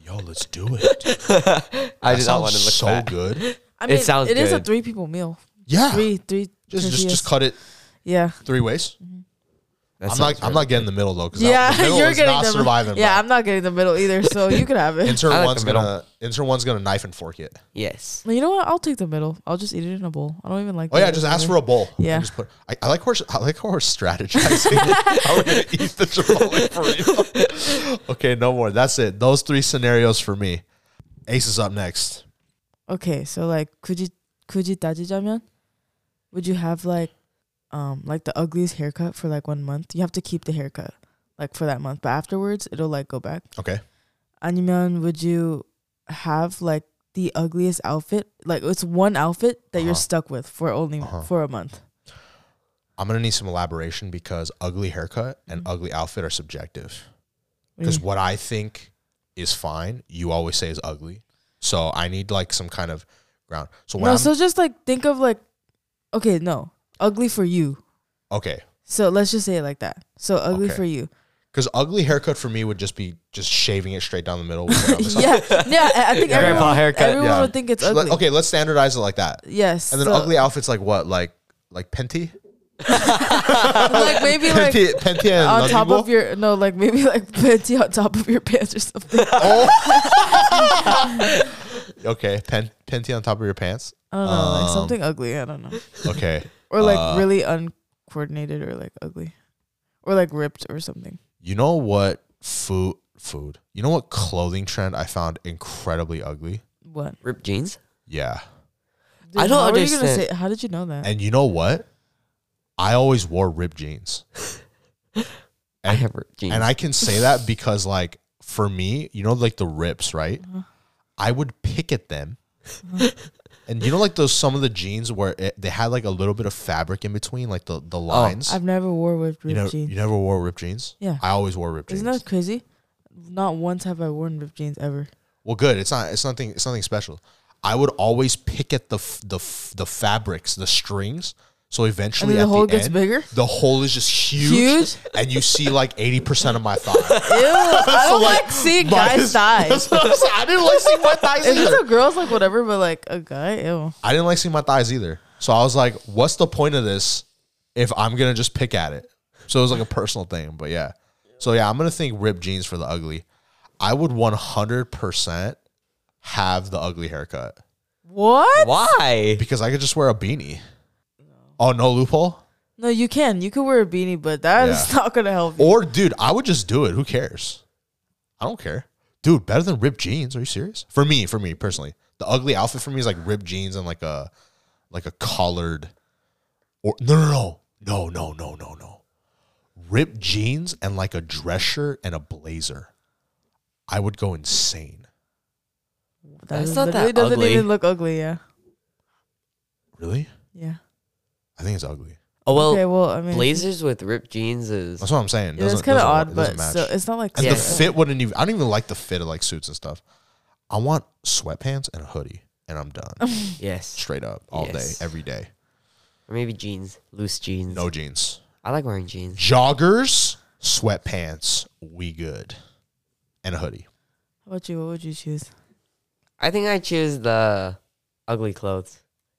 Speaker 2: Yo, let's do it.
Speaker 3: I
Speaker 2: That
Speaker 3: do not want
Speaker 2: sounds
Speaker 3: to look
Speaker 2: so
Speaker 3: fat.
Speaker 2: good.
Speaker 1: I
Speaker 3: It
Speaker 1: mean,
Speaker 3: sounds
Speaker 1: it is a
Speaker 3: good.
Speaker 1: three people meal.
Speaker 2: Yeah,
Speaker 1: Three, three.
Speaker 2: just just
Speaker 1: tortillas.
Speaker 2: just cut it
Speaker 1: Yeah,
Speaker 2: three ways. I'm
Speaker 3: That sounds
Speaker 2: not I'm
Speaker 3: really
Speaker 2: not getting the middle though. 'cause that-
Speaker 1: yeah.
Speaker 2: the middle
Speaker 1: You're
Speaker 2: is
Speaker 1: getting
Speaker 2: not
Speaker 1: the
Speaker 2: surviving.
Speaker 1: Yeah,
Speaker 2: bro.
Speaker 1: I'm not getting the middle either, so you can have it.
Speaker 2: Intern
Speaker 3: I like
Speaker 2: one's
Speaker 3: the middle.
Speaker 2: gonna intern one's gonna knife and fork it.
Speaker 3: good. Yes.
Speaker 1: you know what? I'll take the middle. I'll just eat it in a bowl. I don't even like.
Speaker 2: Oh yeah, just ask for a bowl.
Speaker 1: Yeah.
Speaker 2: And just put- I, I like how we're, I like how we're strategizing. how we're gonna eat the Chipotle burrito. okay, no more. That's it. Those three scenarios for me. Ace is up next.
Speaker 1: Okay, so like, could you could you 다지자면, would you have like, um, like the ugliest haircut for like one month? You have to keep the haircut like for that month, but afterwards it'll like go back.
Speaker 2: Okay.
Speaker 1: 아니면 would you have like the ugliest outfit? Like it's one outfit that you're
Speaker 2: Uh-huh.
Speaker 1: stuck with for only
Speaker 2: Uh-huh.
Speaker 1: for a month.
Speaker 2: I'm gonna need some elaboration because ugly haircut and
Speaker 1: Mm.
Speaker 2: ugly outfit are subjective.
Speaker 1: What do you
Speaker 2: Because
Speaker 1: mean?
Speaker 2: what I think is fine, you always say is ugly. So I need like some kind of ground. So when
Speaker 1: No,
Speaker 2: I'm
Speaker 1: so just like think of like, okay, no, ugly for you.
Speaker 2: okay,
Speaker 1: So let's just say it like that. So ugly
Speaker 2: Okay.
Speaker 1: for you.
Speaker 2: because ugly haircut for me would just be just shaving it straight down the middle. with it on the side.
Speaker 1: yeah, yeah. I I think
Speaker 3: Grandpa
Speaker 1: everyone,
Speaker 3: haircut.
Speaker 1: everyone
Speaker 2: Yeah.
Speaker 1: would think it's
Speaker 2: So let-
Speaker 1: ugly.
Speaker 2: okay, let's standardize it like that.
Speaker 1: Yes.
Speaker 2: And then
Speaker 1: so-
Speaker 2: ugly outfits like what? Like like Penti?
Speaker 1: like maybe like
Speaker 2: Penti, Penti and
Speaker 1: on top
Speaker 2: Lungibo?
Speaker 1: of your no, like maybe like panty on top of your pants or something.
Speaker 2: Oh. okay, pen, Penti on top of your pants.
Speaker 1: I don't know, like
Speaker 2: Um,
Speaker 1: something ugly. I don't know,
Speaker 2: Okay.
Speaker 1: or like
Speaker 2: uh,
Speaker 1: really uncoordinated or like ugly, or like ripped or something.
Speaker 2: You know what food food. You know what clothing trend I found incredibly ugly?
Speaker 1: What?
Speaker 3: Ripped jeans.
Speaker 2: Yeah.
Speaker 1: Dude,
Speaker 3: I don't
Speaker 1: how are you gonna
Speaker 3: understand.
Speaker 1: say- how did you know that?
Speaker 2: And you know what? I always wore ripped jeans.
Speaker 3: I have ripped jeans.
Speaker 2: And I can say that because like for me, you know like the rips, right?
Speaker 1: Uh-huh.
Speaker 2: I would pick at them. And you know like those some of the jeans where it, they had like a little bit of fabric in between like the the lines.
Speaker 1: Oh, I've never wore ripped
Speaker 2: you know
Speaker 1: jeans.
Speaker 2: you never wore ripped jeans?
Speaker 1: Yeah.
Speaker 2: I always wore ripped
Speaker 1: Isn't
Speaker 2: jeans.
Speaker 1: that crazy? Not once have I worn ripped jeans ever.
Speaker 2: Well, good. It's not. It's nothing. It's nothing special. I would always pick at the f- the f- the fabrics, the strings. So eventually,
Speaker 1: And then the
Speaker 2: at
Speaker 1: hole gets
Speaker 2: end,
Speaker 1: bigger?
Speaker 2: The hole is just huge,
Speaker 1: Huge?
Speaker 2: and you see like eighty percent of my thigh.
Speaker 1: Ew, I don't like, seeing
Speaker 2: my-
Speaker 1: guys' thighs.
Speaker 2: That's what I'm saying. I didn't like seeing my thighs
Speaker 1: If it's a
Speaker 2: either.
Speaker 1: girl's like whatever, but like a guy, ew.
Speaker 2: I didn't like seeing my thighs either. So I was like, "What's the point of this if I'm gonna just pick at it?" So it was like a personal thing, but yeah. So yeah, I'm gonna think ripped jeans for the ugly. I would 100 percent have the ugly haircut.
Speaker 1: What?
Speaker 3: Why?
Speaker 2: Because I could just wear a beanie. Oh, no loophole?
Speaker 1: No, you can. You can wear a beanie, but that is not gonna help. You.
Speaker 2: Or, dude, I would just do it. Who cares? I don't care. Dude, better than ripped jeans. Are you serious? For me, for me personally. The ugly outfit for me is like ripped jeans and like a like a collared or no no no. No, no, no, no, no. Ripped jeans and like a dress shirt and a blazer. I would go insane.
Speaker 1: That
Speaker 3: That's
Speaker 1: is
Speaker 3: not
Speaker 1: literally
Speaker 3: that
Speaker 1: doesn't
Speaker 3: ugly.
Speaker 1: even look ugly. Yeah,
Speaker 2: Really?
Speaker 1: yeah.
Speaker 2: I think it's ugly.
Speaker 3: Oh well,
Speaker 1: okay, well, I mean,
Speaker 3: blazers with ripped jeans is
Speaker 2: That's what I'm saying.
Speaker 1: Yeah, it's
Speaker 2: Doesn't-
Speaker 1: kind of
Speaker 2: doesn't-
Speaker 1: odd,
Speaker 2: it
Speaker 1: but
Speaker 2: doesn't match.
Speaker 1: still, it's not like
Speaker 2: And
Speaker 3: Yeah.
Speaker 2: the fit wouldn't even. I don't even like the fit of like suits and stuff. I want sweatpants and a hoodie, and I'm done.
Speaker 3: yes,
Speaker 2: Straight up, all
Speaker 3: Yes.
Speaker 2: day, every day.
Speaker 3: or maybe jeans, loose jeans.
Speaker 2: No jeans,
Speaker 3: I like wearing jeans.
Speaker 2: joggers, sweatpants. We good, and a hoodie.
Speaker 1: How about you? What would you choose?
Speaker 3: I think I choose the ugly clothes.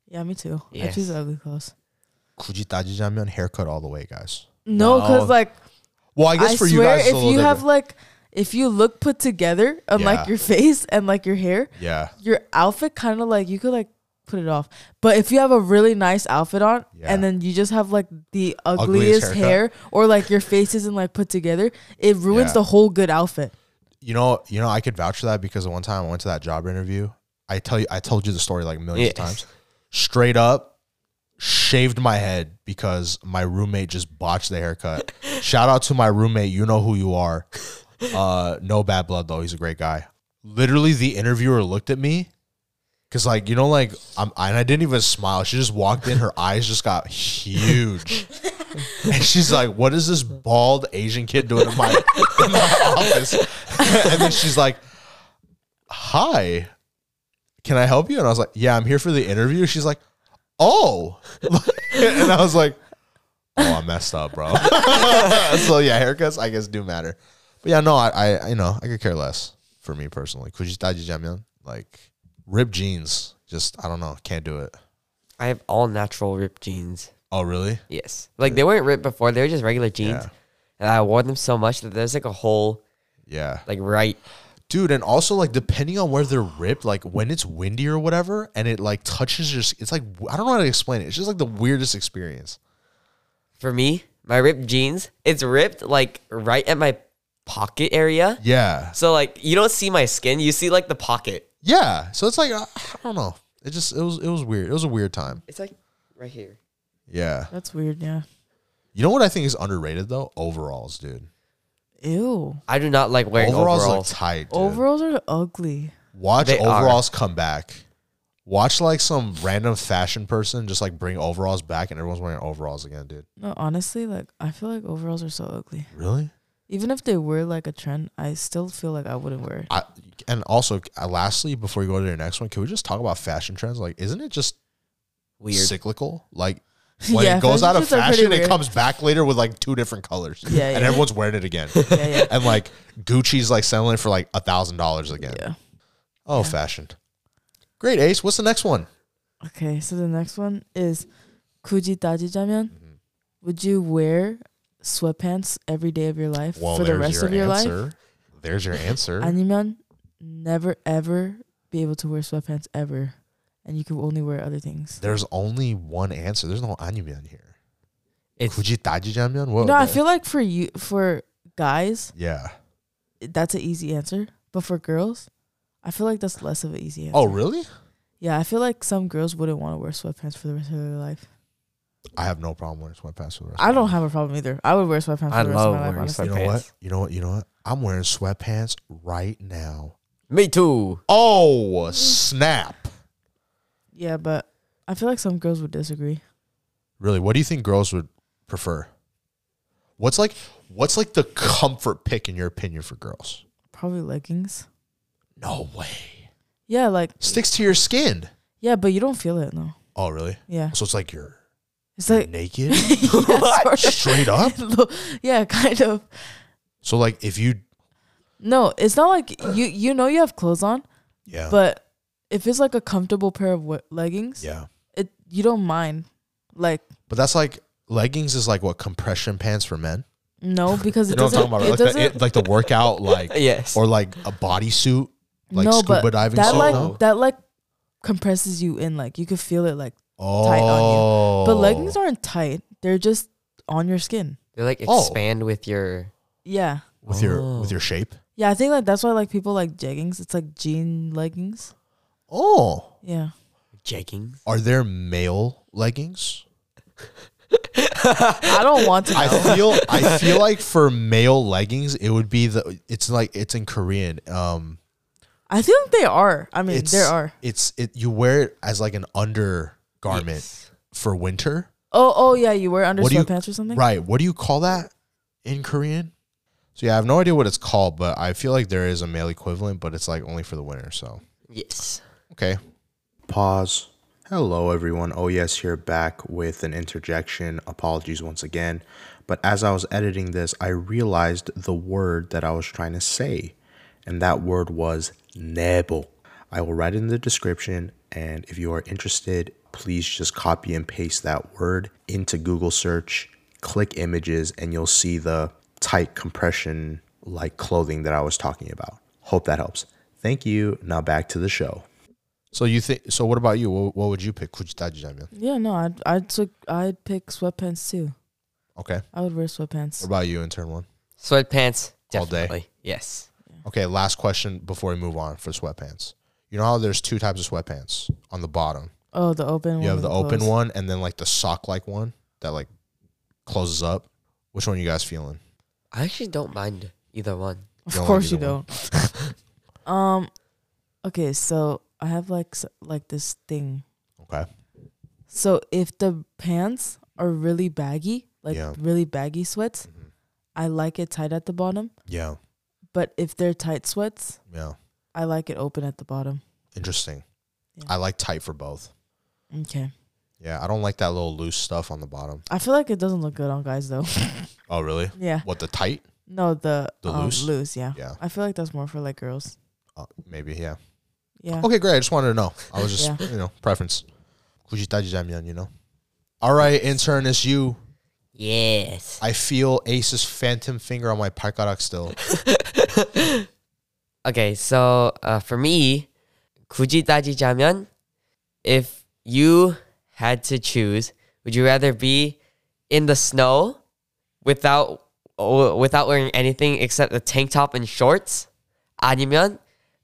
Speaker 1: Yeah, me too. I
Speaker 3: Yes.
Speaker 1: choose ugly clothes.
Speaker 2: Kujitaji jamion haircut all the way, guys.
Speaker 1: No, because
Speaker 3: No.
Speaker 1: like
Speaker 2: Well, I guess
Speaker 1: I,
Speaker 2: for
Speaker 1: swear,
Speaker 2: you guys, it's
Speaker 1: if
Speaker 2: a little
Speaker 1: you have
Speaker 2: different.
Speaker 1: like if you look put together, unlike
Speaker 2: Yeah.
Speaker 1: your face and like your hair,
Speaker 2: yeah,
Speaker 1: your outfit kind of like you could like put it off. But if you have a really nice outfit on
Speaker 2: Yeah.
Speaker 1: and then you just have like the
Speaker 2: Ugliest
Speaker 1: ugliest,
Speaker 2: haircut.
Speaker 1: hair or like your face isn't like put together, it ruins
Speaker 2: Yeah.
Speaker 1: the whole good outfit.
Speaker 2: you know, you know, I could vouch for that because the one time I went to that job interview, I tell you, I told you the story like millions
Speaker 3: Yes.
Speaker 2: of times. Straight up, shaved my head because my roommate just botched the haircut. Shout out to my roommate. You know who you are. Uh, no bad blood though. He's a great guy. Literally, the interviewer looked at me because, like, you know, like, I'm, and I didn't even smile. She just walked in. Her eyes just got huge. And she's like, "What is this bald Asian kid doing in my, in my office?" and then she's like, "Hi, can I help you?" And I was like, "Yeah, I'm here for the interview." She's like, "Oh," and I was like, "Oh, I messed up, bro." so yeah, haircuts I guess do matter. But But yeah, no, I, I, you know, I could care less for me personally. Kujitaji Jamyeon, like ripped jeans, just I don't know, can't do it.
Speaker 3: I have all natural ripped jeans.
Speaker 2: Oh, really?
Speaker 3: Yes. Like they weren't ripped before, they were just regular jeans.
Speaker 2: Yeah.
Speaker 3: And I wore them so much that there's like a hole
Speaker 2: Yeah,
Speaker 3: like right
Speaker 2: dude. And also, like, depending on where they're ripped, like when it's windy or whatever, and it like touches your, s- it's like I don't know how to explain it. It's just like the weirdest experience.
Speaker 3: for me, my ripped jeans, it's ripped like right at my pocket area.
Speaker 2: Yeah,
Speaker 3: So like you don't see my skin, you see like the pocket.
Speaker 2: yeah. So it's like I I don't know. It just it was it was weird. It was a weird time.
Speaker 3: It's like right here.
Speaker 2: Yeah.
Speaker 1: That's weird. Yeah.
Speaker 2: You know what I think is underrated though? Overalls, dude.
Speaker 1: Ew.
Speaker 3: I do not like wearing
Speaker 2: overalls,
Speaker 3: overalls.
Speaker 2: look tight. Dude.
Speaker 1: Overalls are ugly.
Speaker 2: Watch
Speaker 3: They are.
Speaker 2: overalls come back. Watch like some random fashion person just like bring overalls back and everyone's wearing overalls again, dude.
Speaker 1: No, honestly, like I feel like overalls are so ugly.
Speaker 2: Really?
Speaker 1: Even if they were like a trend, I still feel like I wouldn't wear it.
Speaker 2: I and also uh, lastly, before you go to your next one, can we just talk about fashion trends? Like, isn't it just
Speaker 3: Weird.
Speaker 2: cyclical? Like when
Speaker 1: Yeah,
Speaker 2: it goes out of
Speaker 1: fashion trends are pretty
Speaker 2: fashion, it
Speaker 1: weird.
Speaker 2: comes back later with like two different colors.
Speaker 1: Yeah,
Speaker 2: and
Speaker 1: yeah.
Speaker 2: everyone's wearing it again.
Speaker 1: Yeah, yeah,
Speaker 2: and like Gucci's like selling it for like a thousand dollars again.
Speaker 1: yeah.
Speaker 2: Oh, fashion. Great, Ace. What's the next one?
Speaker 1: Okay, so the next one is Kuji Taji Jamyeon.
Speaker 2: Mm-hmm.
Speaker 1: Would you wear sweatpants every day of your life for the rest of your life?
Speaker 2: There's your answer.
Speaker 1: Animan, never ever be able to wear sweatpants ever, and you can only wear other things.
Speaker 2: There's only one answer. There's no anyumen here.
Speaker 3: It's
Speaker 2: Kujitajijanmyeon? What?
Speaker 1: no, I feel like for you, for guys,
Speaker 2: Yeah.
Speaker 1: that's an easy answer, but for girls, I feel like that's less of an easy answer.
Speaker 2: Oh, really?
Speaker 1: Yeah, I feel like some girls wouldn't want to wear sweatpants for the rast of their life.
Speaker 2: I have no problem wearing sweatpants for the rest.
Speaker 1: I
Speaker 2: of my
Speaker 1: don't
Speaker 2: life.
Speaker 1: have a problem either. I would wear sweatpants
Speaker 3: I
Speaker 1: for the rest of
Speaker 3: love
Speaker 1: my life.
Speaker 3: wearing
Speaker 1: Honestly.
Speaker 2: You know what?
Speaker 3: Sweatpants.
Speaker 2: You know what? You know what? I'm wearing sweatpants right now.
Speaker 3: me too.
Speaker 1: Mm.
Speaker 2: Oh snap!
Speaker 1: Yeah, but I feel like some girls would disagree.
Speaker 2: Really? What do you think girls would prefer? What's like? What's like the comfort pick in your opinion for girls?
Speaker 1: Probably leggings.
Speaker 2: No way.
Speaker 1: Yeah, like
Speaker 2: Sticks to your skin.
Speaker 1: yeah, but you don't feel it no.
Speaker 2: Oh, really?
Speaker 1: Yeah,
Speaker 2: So it's like you're
Speaker 1: it's like
Speaker 2: naked,
Speaker 1: Yeah, sort of.
Speaker 2: straight up.
Speaker 1: yeah, kind of.
Speaker 2: So like if you
Speaker 1: No, it's not like you you know you have clothes on,
Speaker 2: yeah
Speaker 1: but if it's like a comfortable pair of w- leggings,
Speaker 2: yeah,
Speaker 1: it you don't mind. Like
Speaker 2: but that's like leggings is like what compression pants for men.
Speaker 1: no, because
Speaker 2: You
Speaker 1: it
Speaker 2: know what I'm
Speaker 1: doesn't.
Speaker 2: talking about? right?
Speaker 1: It
Speaker 2: Like the,
Speaker 1: doesn't.
Speaker 2: it, like the workout like
Speaker 3: Yes.
Speaker 2: or like a bodysuit like
Speaker 1: no,
Speaker 2: scuba
Speaker 1: but
Speaker 2: diving
Speaker 1: that
Speaker 2: suit.
Speaker 1: like
Speaker 2: no?
Speaker 1: that like compresses you in. Like you could feel it. Like
Speaker 2: oh,
Speaker 1: on but leggings aren't tight. They're just on your skin.
Speaker 3: They like
Speaker 2: Oh.
Speaker 3: expand with your
Speaker 1: Yeah.
Speaker 2: with your with your shape.
Speaker 1: Yeah, I think like that's why like people like jeggings. It's like jean leggings.
Speaker 2: Oh,
Speaker 1: Yeah.
Speaker 3: jeggings.
Speaker 2: are there male leggings?
Speaker 1: I don't want to
Speaker 2: I
Speaker 1: know.
Speaker 2: feel I feel like for male leggings it would be the it's like it's in Korean. Um,
Speaker 1: I think they are. I mean,
Speaker 2: it's
Speaker 1: there are.
Speaker 2: it's it you wear it as like an undergarment for winter.
Speaker 1: Oh, oh yeah, you wear under
Speaker 2: What do you-
Speaker 1: sweatpants or something?
Speaker 2: Right. What do you call that in Korean? So yeah, I have no idea what it's called, but I feel like there is a male equivalent, but it's like only for the winter. So
Speaker 3: Yes.
Speaker 2: okay.
Speaker 4: Pause. Hello, everyone. Oh, yes, here back with an interjection. Apologies once again. But as I was editing this, I realized the word that I was trying to say, and that word was nebo. I will write it in the description, and if you are interested, please just copy and paste that word into Google search, click images, and you'll see the tight compression like clothing that I was talking about. Hope that helps. Thank you. Now back to the show.
Speaker 2: So you think? So what about you? What, what would you pick? Kujitajijamyeon.
Speaker 1: Yeah, no, I'd I'd took, I'd pick sweatpants too.
Speaker 2: Okay.
Speaker 1: I would wear
Speaker 2: What
Speaker 1: sweatpants.
Speaker 2: about you in turn one?
Speaker 3: Sweatpants.
Speaker 2: All day.
Speaker 3: Definitely. Yes.
Speaker 2: Okay. Last question before we move on for sweatpants. You know how there's two types of sweatpants on the bottom.
Speaker 1: Oh, the open one.
Speaker 2: You have
Speaker 1: and
Speaker 2: the open
Speaker 1: closed.
Speaker 2: one and then like the sock like one that like closes up. Which one you guys feeling?
Speaker 3: I actually don't mind either one.
Speaker 1: Of
Speaker 2: don't like
Speaker 1: course you
Speaker 2: either one.
Speaker 1: don't. um, okay, so I have like s- like this thing.
Speaker 2: Okay.
Speaker 1: So if the pants are really baggy, like
Speaker 2: Yeah. Mm-hmm.
Speaker 1: really baggy sweats, I like it tight at the bottom.
Speaker 2: Yeah.
Speaker 1: But if they're tight sweats,
Speaker 2: Yeah.
Speaker 1: I like it open at the bottom.
Speaker 2: Interesting.
Speaker 1: Yeah.
Speaker 2: I like tight for both.
Speaker 1: Okay.
Speaker 2: Yeah. I don't like that little loose stuff on the bottom.
Speaker 1: I feel like it doesn't look good on guys though.
Speaker 2: Oh really?
Speaker 1: yeah.
Speaker 2: What the tight?
Speaker 1: No, the,
Speaker 2: The
Speaker 1: um,
Speaker 2: loose?
Speaker 1: loose, yeah.
Speaker 2: Yeah.
Speaker 1: I feel like that's more for like girls.
Speaker 2: Uh, maybe, yeah.
Speaker 1: Yeah.
Speaker 2: Okay, great. I just wanted to know. I was just,
Speaker 1: Yeah.
Speaker 2: you know, preference. Kujitaji Jamyeon, you know. All right, intern, it's you.
Speaker 3: Yes.
Speaker 2: I feel Ace's phantom finger on my parkarak still.
Speaker 3: Okay, so uh, for me, 굳이 따지자면, if you had to choose, would you rather be in the snow without w- without wearing anything except a tank top and shorts? 아니면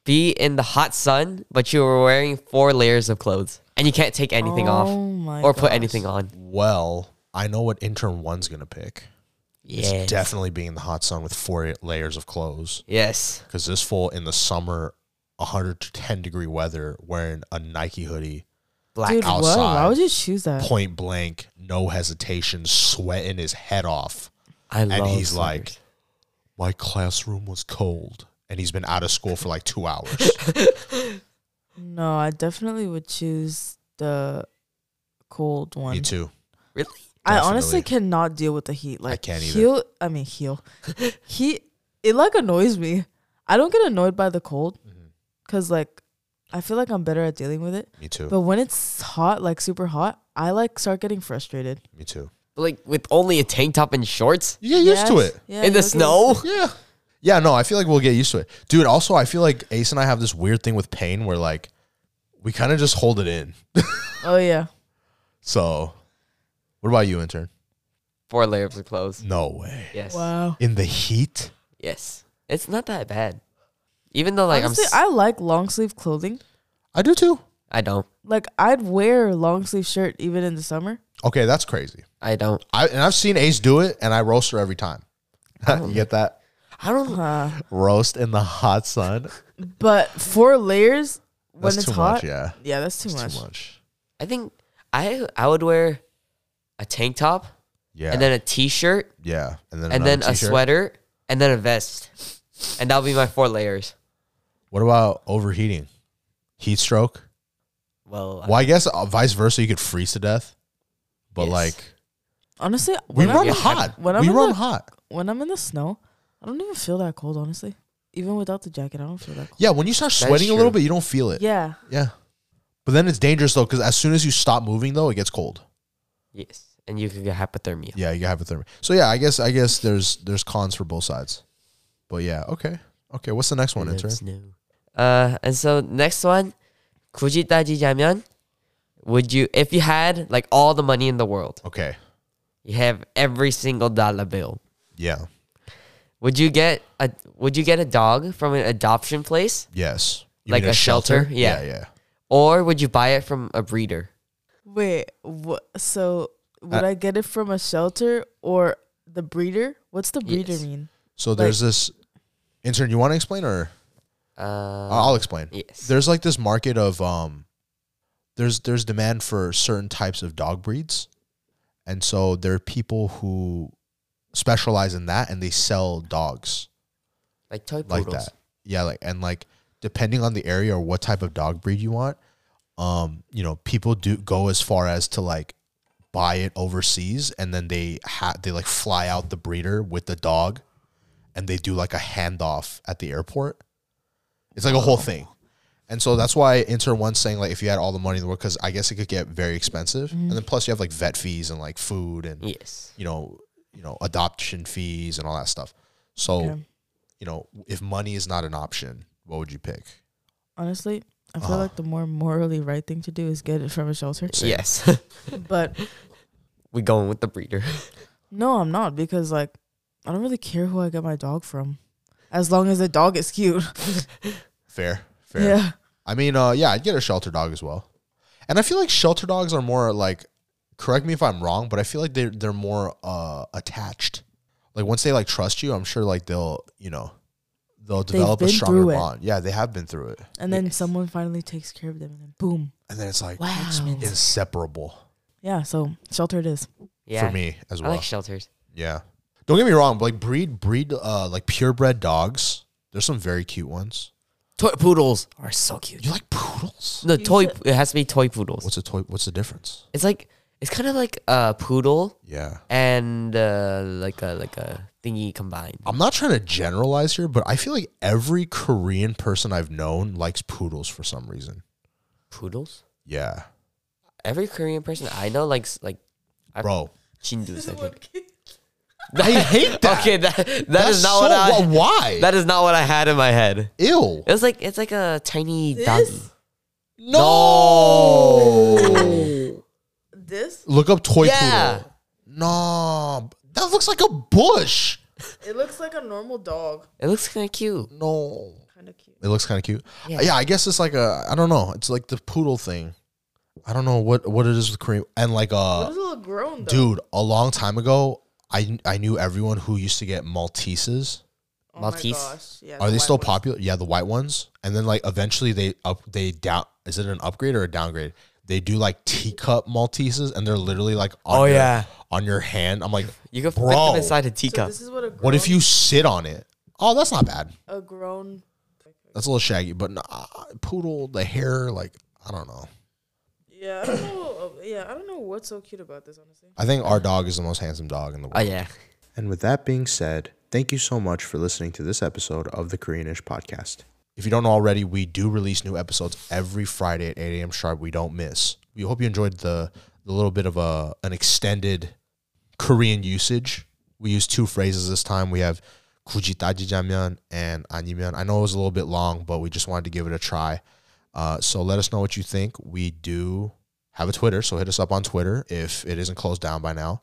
Speaker 3: be in the hot sun but you were wearing four layers of clothes and you can't take anything
Speaker 1: Oh
Speaker 3: off
Speaker 1: my
Speaker 3: or put
Speaker 1: gosh.
Speaker 3: anything on.
Speaker 2: Well, I know what intern one's gonna pick.
Speaker 3: Yes.
Speaker 2: Definitely being in the hot sun with four layers of clothes.
Speaker 3: Yes.
Speaker 2: Because this fool in the summer, 110 degree weather, wearing a Nike hoodie,
Speaker 3: Black
Speaker 1: Dude,
Speaker 3: out.
Speaker 1: what? Why
Speaker 2: outside.
Speaker 1: would you choose that?
Speaker 2: point blank, no hesitation, sweating his head off.
Speaker 3: I love
Speaker 2: and he's
Speaker 3: summers.
Speaker 2: like, "My classroom was cold," and he's been out of school for like two hours.
Speaker 1: No, I definitely would choose the cold one.
Speaker 2: Me too.
Speaker 3: Really?
Speaker 1: I honestly
Speaker 2: Definitely.
Speaker 1: cannot deal with the heat. Like
Speaker 2: can't either.
Speaker 1: heal. I mean heal. heat. It like annoys me. I don't get annoyed by the cold
Speaker 2: Mm-hmm.
Speaker 1: because like I feel like I'm better at dealing with it.
Speaker 2: Me too.
Speaker 1: But when it's hot, like super hot, I like start getting frustrated.
Speaker 2: Me too.
Speaker 3: Like with only a tank top and shorts
Speaker 2: You get used to
Speaker 1: Yes.
Speaker 2: it.
Speaker 1: Yeah,
Speaker 3: in
Speaker 1: you'll
Speaker 3: the
Speaker 1: get-
Speaker 3: snow?
Speaker 2: Yeah. Yeah. No, I feel like we'll get used to it, dude. Also, I feel like Ace and I have this weird thing with pain where like we kind of just hold it in.
Speaker 1: Oh yeah.
Speaker 2: So, what about you, intern?
Speaker 3: Four layers of clothes.
Speaker 2: No way.
Speaker 3: Yes.
Speaker 1: Wow.
Speaker 2: In the heat.
Speaker 3: Yes. It's not that bad. Even though like
Speaker 1: Honestly,
Speaker 3: I'm s-
Speaker 1: I like long sleeve clothing.
Speaker 2: I do too.
Speaker 3: I don't.
Speaker 1: Like I'd wear a long sleeve shirt even in the summer.
Speaker 2: Okay, that's crazy.
Speaker 3: I don't.
Speaker 2: I and I've seen Ace do it, and I roast her every time. you get that
Speaker 3: I don't
Speaker 2: Uh-huh.
Speaker 1: Uh,
Speaker 2: roast in the hot sun?
Speaker 1: but four layers when
Speaker 2: That's
Speaker 1: it's
Speaker 2: too
Speaker 1: hot.
Speaker 2: much. Yeah,
Speaker 1: Yeah, that's too
Speaker 2: it's
Speaker 1: much.
Speaker 2: too much.
Speaker 3: I think I I would wear a tank top
Speaker 2: Yeah,
Speaker 3: and then a t-shirt
Speaker 2: Yeah, and then
Speaker 3: and
Speaker 2: another
Speaker 3: then
Speaker 2: t-shirt.
Speaker 3: a sweater and then a vest. And that'll be my four layers.
Speaker 2: What about overheating, heat stroke?
Speaker 3: Well, I-
Speaker 2: Well, I guess uh, vice versa, you could freeze to death, but
Speaker 3: Yes.
Speaker 2: like
Speaker 1: Honestly,
Speaker 2: we
Speaker 1: when I'm-
Speaker 2: run
Speaker 3: yeah.
Speaker 2: hot.
Speaker 1: When I'm
Speaker 2: we
Speaker 1: in
Speaker 2: run
Speaker 1: the-
Speaker 2: hot.
Speaker 1: when I'm in the snow, I don't even feel that cold, honestly. Even without the jacket, I don't feel that cold.
Speaker 2: Yeah, when you start sweating a
Speaker 3: true.
Speaker 2: little bit, you don't feel it.
Speaker 1: Yeah.
Speaker 2: yeah. But then it's dangerous though, because as soon as you stop moving though, it gets cold.
Speaker 3: yes. And you could get hypothermia.
Speaker 2: Yeah, you have a therm. So yeah, I guess I guess there's there's cons for both sides. But yeah, okay, okay. What's the next one, intern?
Speaker 3: That's new. Uh, and so next one, 굳이 따지자면, would you if you had like all the money in the world,
Speaker 2: Okay,
Speaker 3: you have every single dollar bill,
Speaker 2: yeah,
Speaker 3: would you get a would you get a dog from an adoption place,
Speaker 2: yes. You
Speaker 3: Like
Speaker 2: mean
Speaker 3: a shelter?
Speaker 2: Yeah.
Speaker 3: Yeah.
Speaker 2: yeah, yeah.
Speaker 3: or would you buy it from a breeder?
Speaker 1: Wait, what? So would I get it from a shelter or the breeder? What's the breeder
Speaker 3: Yes.
Speaker 1: mean?
Speaker 2: So there's this intern. You want to explain or?
Speaker 3: Uh,
Speaker 2: I'll explain.
Speaker 3: yes.
Speaker 2: There's like this market of um there's there's demand for certain types of dog breeds. And so there are people who specialize in that and they sell dogs
Speaker 3: like toy
Speaker 2: like
Speaker 3: poodles.
Speaker 2: that. Yeah, like and like depending on the area or what type of dog breed you want, um, you know, people do go as far as to like buy it overseas and then they ha- they like fly out the breeder with the dog and they do like a handoff at the airport. It's like a whole thing. And so that's why Inter One's saying like if you had all the money in the world, because I guess it could get very expensive. And then plus you have like vet fees and like food and
Speaker 3: Yes.
Speaker 2: you know, you know, adoption fees and all that stuff. So,
Speaker 1: Okay.
Speaker 2: you know, if money is not an option, what would you pick?
Speaker 1: Honestly, I feel
Speaker 2: Uh-huh.
Speaker 1: like the more morally right thing to do is get it from a shelter.
Speaker 3: Yes.
Speaker 1: But
Speaker 3: we going with the breeder.
Speaker 1: no, I'm not because like I don't really care who I get my dog from. As long as the dog is cute.
Speaker 2: Fair, fair.
Speaker 1: Yeah.
Speaker 2: I mean, uh, yeah, I'd get a shelter dog as well. And I feel like shelter dogs are more like, correct me if I'm wrong, but I feel like they're they're more uh attached. Like once they like trust you, I'm sure like they'll you know they'll develop a
Speaker 1: been
Speaker 2: stronger
Speaker 1: through it.
Speaker 2: bond. Yeah, they have been through it,
Speaker 1: And then someone finally takes care of them and then boom.
Speaker 2: and then it's like
Speaker 1: Wow.
Speaker 2: inseparable
Speaker 1: Yeah, so shelter it is.
Speaker 3: Yeah.
Speaker 2: for me as
Speaker 3: I
Speaker 2: well.
Speaker 3: like shelters.
Speaker 2: Yeah. Don't get me wrong, but like breed breed uh like purebred dogs. There's some very cute ones.
Speaker 3: Toy poodles are so cute.
Speaker 2: You like poodles?
Speaker 3: No toy.
Speaker 1: said-
Speaker 3: It has to be toy poodles.
Speaker 2: What's the toy what's the difference?
Speaker 3: It's like it's kind of like a poodle
Speaker 2: Yeah.
Speaker 3: and uh, like a like a thingy combined.
Speaker 2: I'm not trying to generalize here, but I feel like every Korean person I've known likes poodles for some reason.
Speaker 3: Poodles?
Speaker 2: Yeah.
Speaker 3: Every Korean person I know likes like I-
Speaker 2: Bro.
Speaker 3: Chindus, I think.
Speaker 2: I hate that.
Speaker 3: Okay, that that
Speaker 2: That's
Speaker 3: is not
Speaker 2: so
Speaker 3: what I
Speaker 2: wh- why?
Speaker 3: that is not what I had in my head.
Speaker 2: Ew.
Speaker 3: It was like it's like a tiny
Speaker 1: This?
Speaker 3: doggy.
Speaker 2: No.
Speaker 1: Oh. This
Speaker 2: Look up toy
Speaker 3: Yeah.
Speaker 2: poodle. No. That looks like a bush.
Speaker 1: it looks like a normal dog.
Speaker 3: It looks kind of cute.
Speaker 2: No.
Speaker 1: Kind of cute.
Speaker 2: It looks kind of cute. Yeah.
Speaker 3: Yeah.
Speaker 2: I guess it's like a I don't know. It's like the poodle thing. I don't know what what it is with Korean and like
Speaker 1: It
Speaker 2: uh
Speaker 1: was a little grown though.
Speaker 2: dude, a long time ago, I I knew everyone who used to get Malteses.
Speaker 1: oh
Speaker 3: Maltese.
Speaker 1: Yeah,
Speaker 2: Are
Speaker 1: the
Speaker 2: they
Speaker 1: white
Speaker 2: still
Speaker 1: ones.
Speaker 2: popular? Yeah, the white ones. And then like eventually they up they down is it an upgrade or a downgrade? They do like teacup Malteses and they're literally like on
Speaker 3: Oh,
Speaker 2: your,
Speaker 3: yeah.
Speaker 2: on your hand. I'm like,
Speaker 3: You can fit
Speaker 2: Bro.
Speaker 3: them inside a
Speaker 1: So
Speaker 3: teacup.
Speaker 1: this is what a grown,
Speaker 2: what if you sit on it? Oh, that's not bad.
Speaker 1: a grown
Speaker 2: That's a little shaggy, but nah, poodle, the hair, like I don't know.
Speaker 1: Yeah, I don't know. Yeah, I don't know what's so cute about this honestly.
Speaker 2: I think our dog is the most handsome dog in the world.
Speaker 3: oh yeah.
Speaker 4: And with that being said, thank you so much for listening to this episode of the Koreanish podcast.
Speaker 2: If you don't know already, we do release new episodes every Friday at 8 a.m. sharp. We don't miss. We hope you enjoyed the, the little bit of a an extended Korean usage. We use two phrases this time. We have kujitaji jamyeon and animyeon. I know it was a little bit long, but we just wanted to give it a try. Uh, so let us know what you think. We do have a Twitter, so hit us up on Twitter if it isn't closed down by now.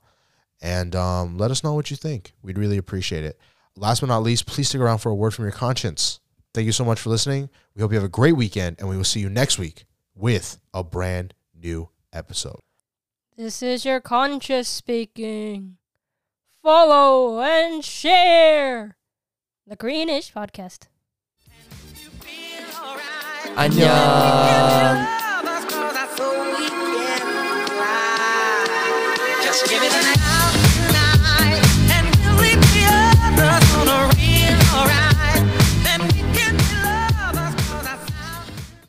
Speaker 2: And um, let us know what you think. We'd really appreciate it. Last but not least, please stick around for a word from your conscience. Thank you so much for listening. We hope you have a great weekend, and we will see you next week with a brand new episode.
Speaker 5: This is your conscious speaking. Follow and share the Greenish podcast.
Speaker 3: 안녕.
Speaker 6: Just give me the next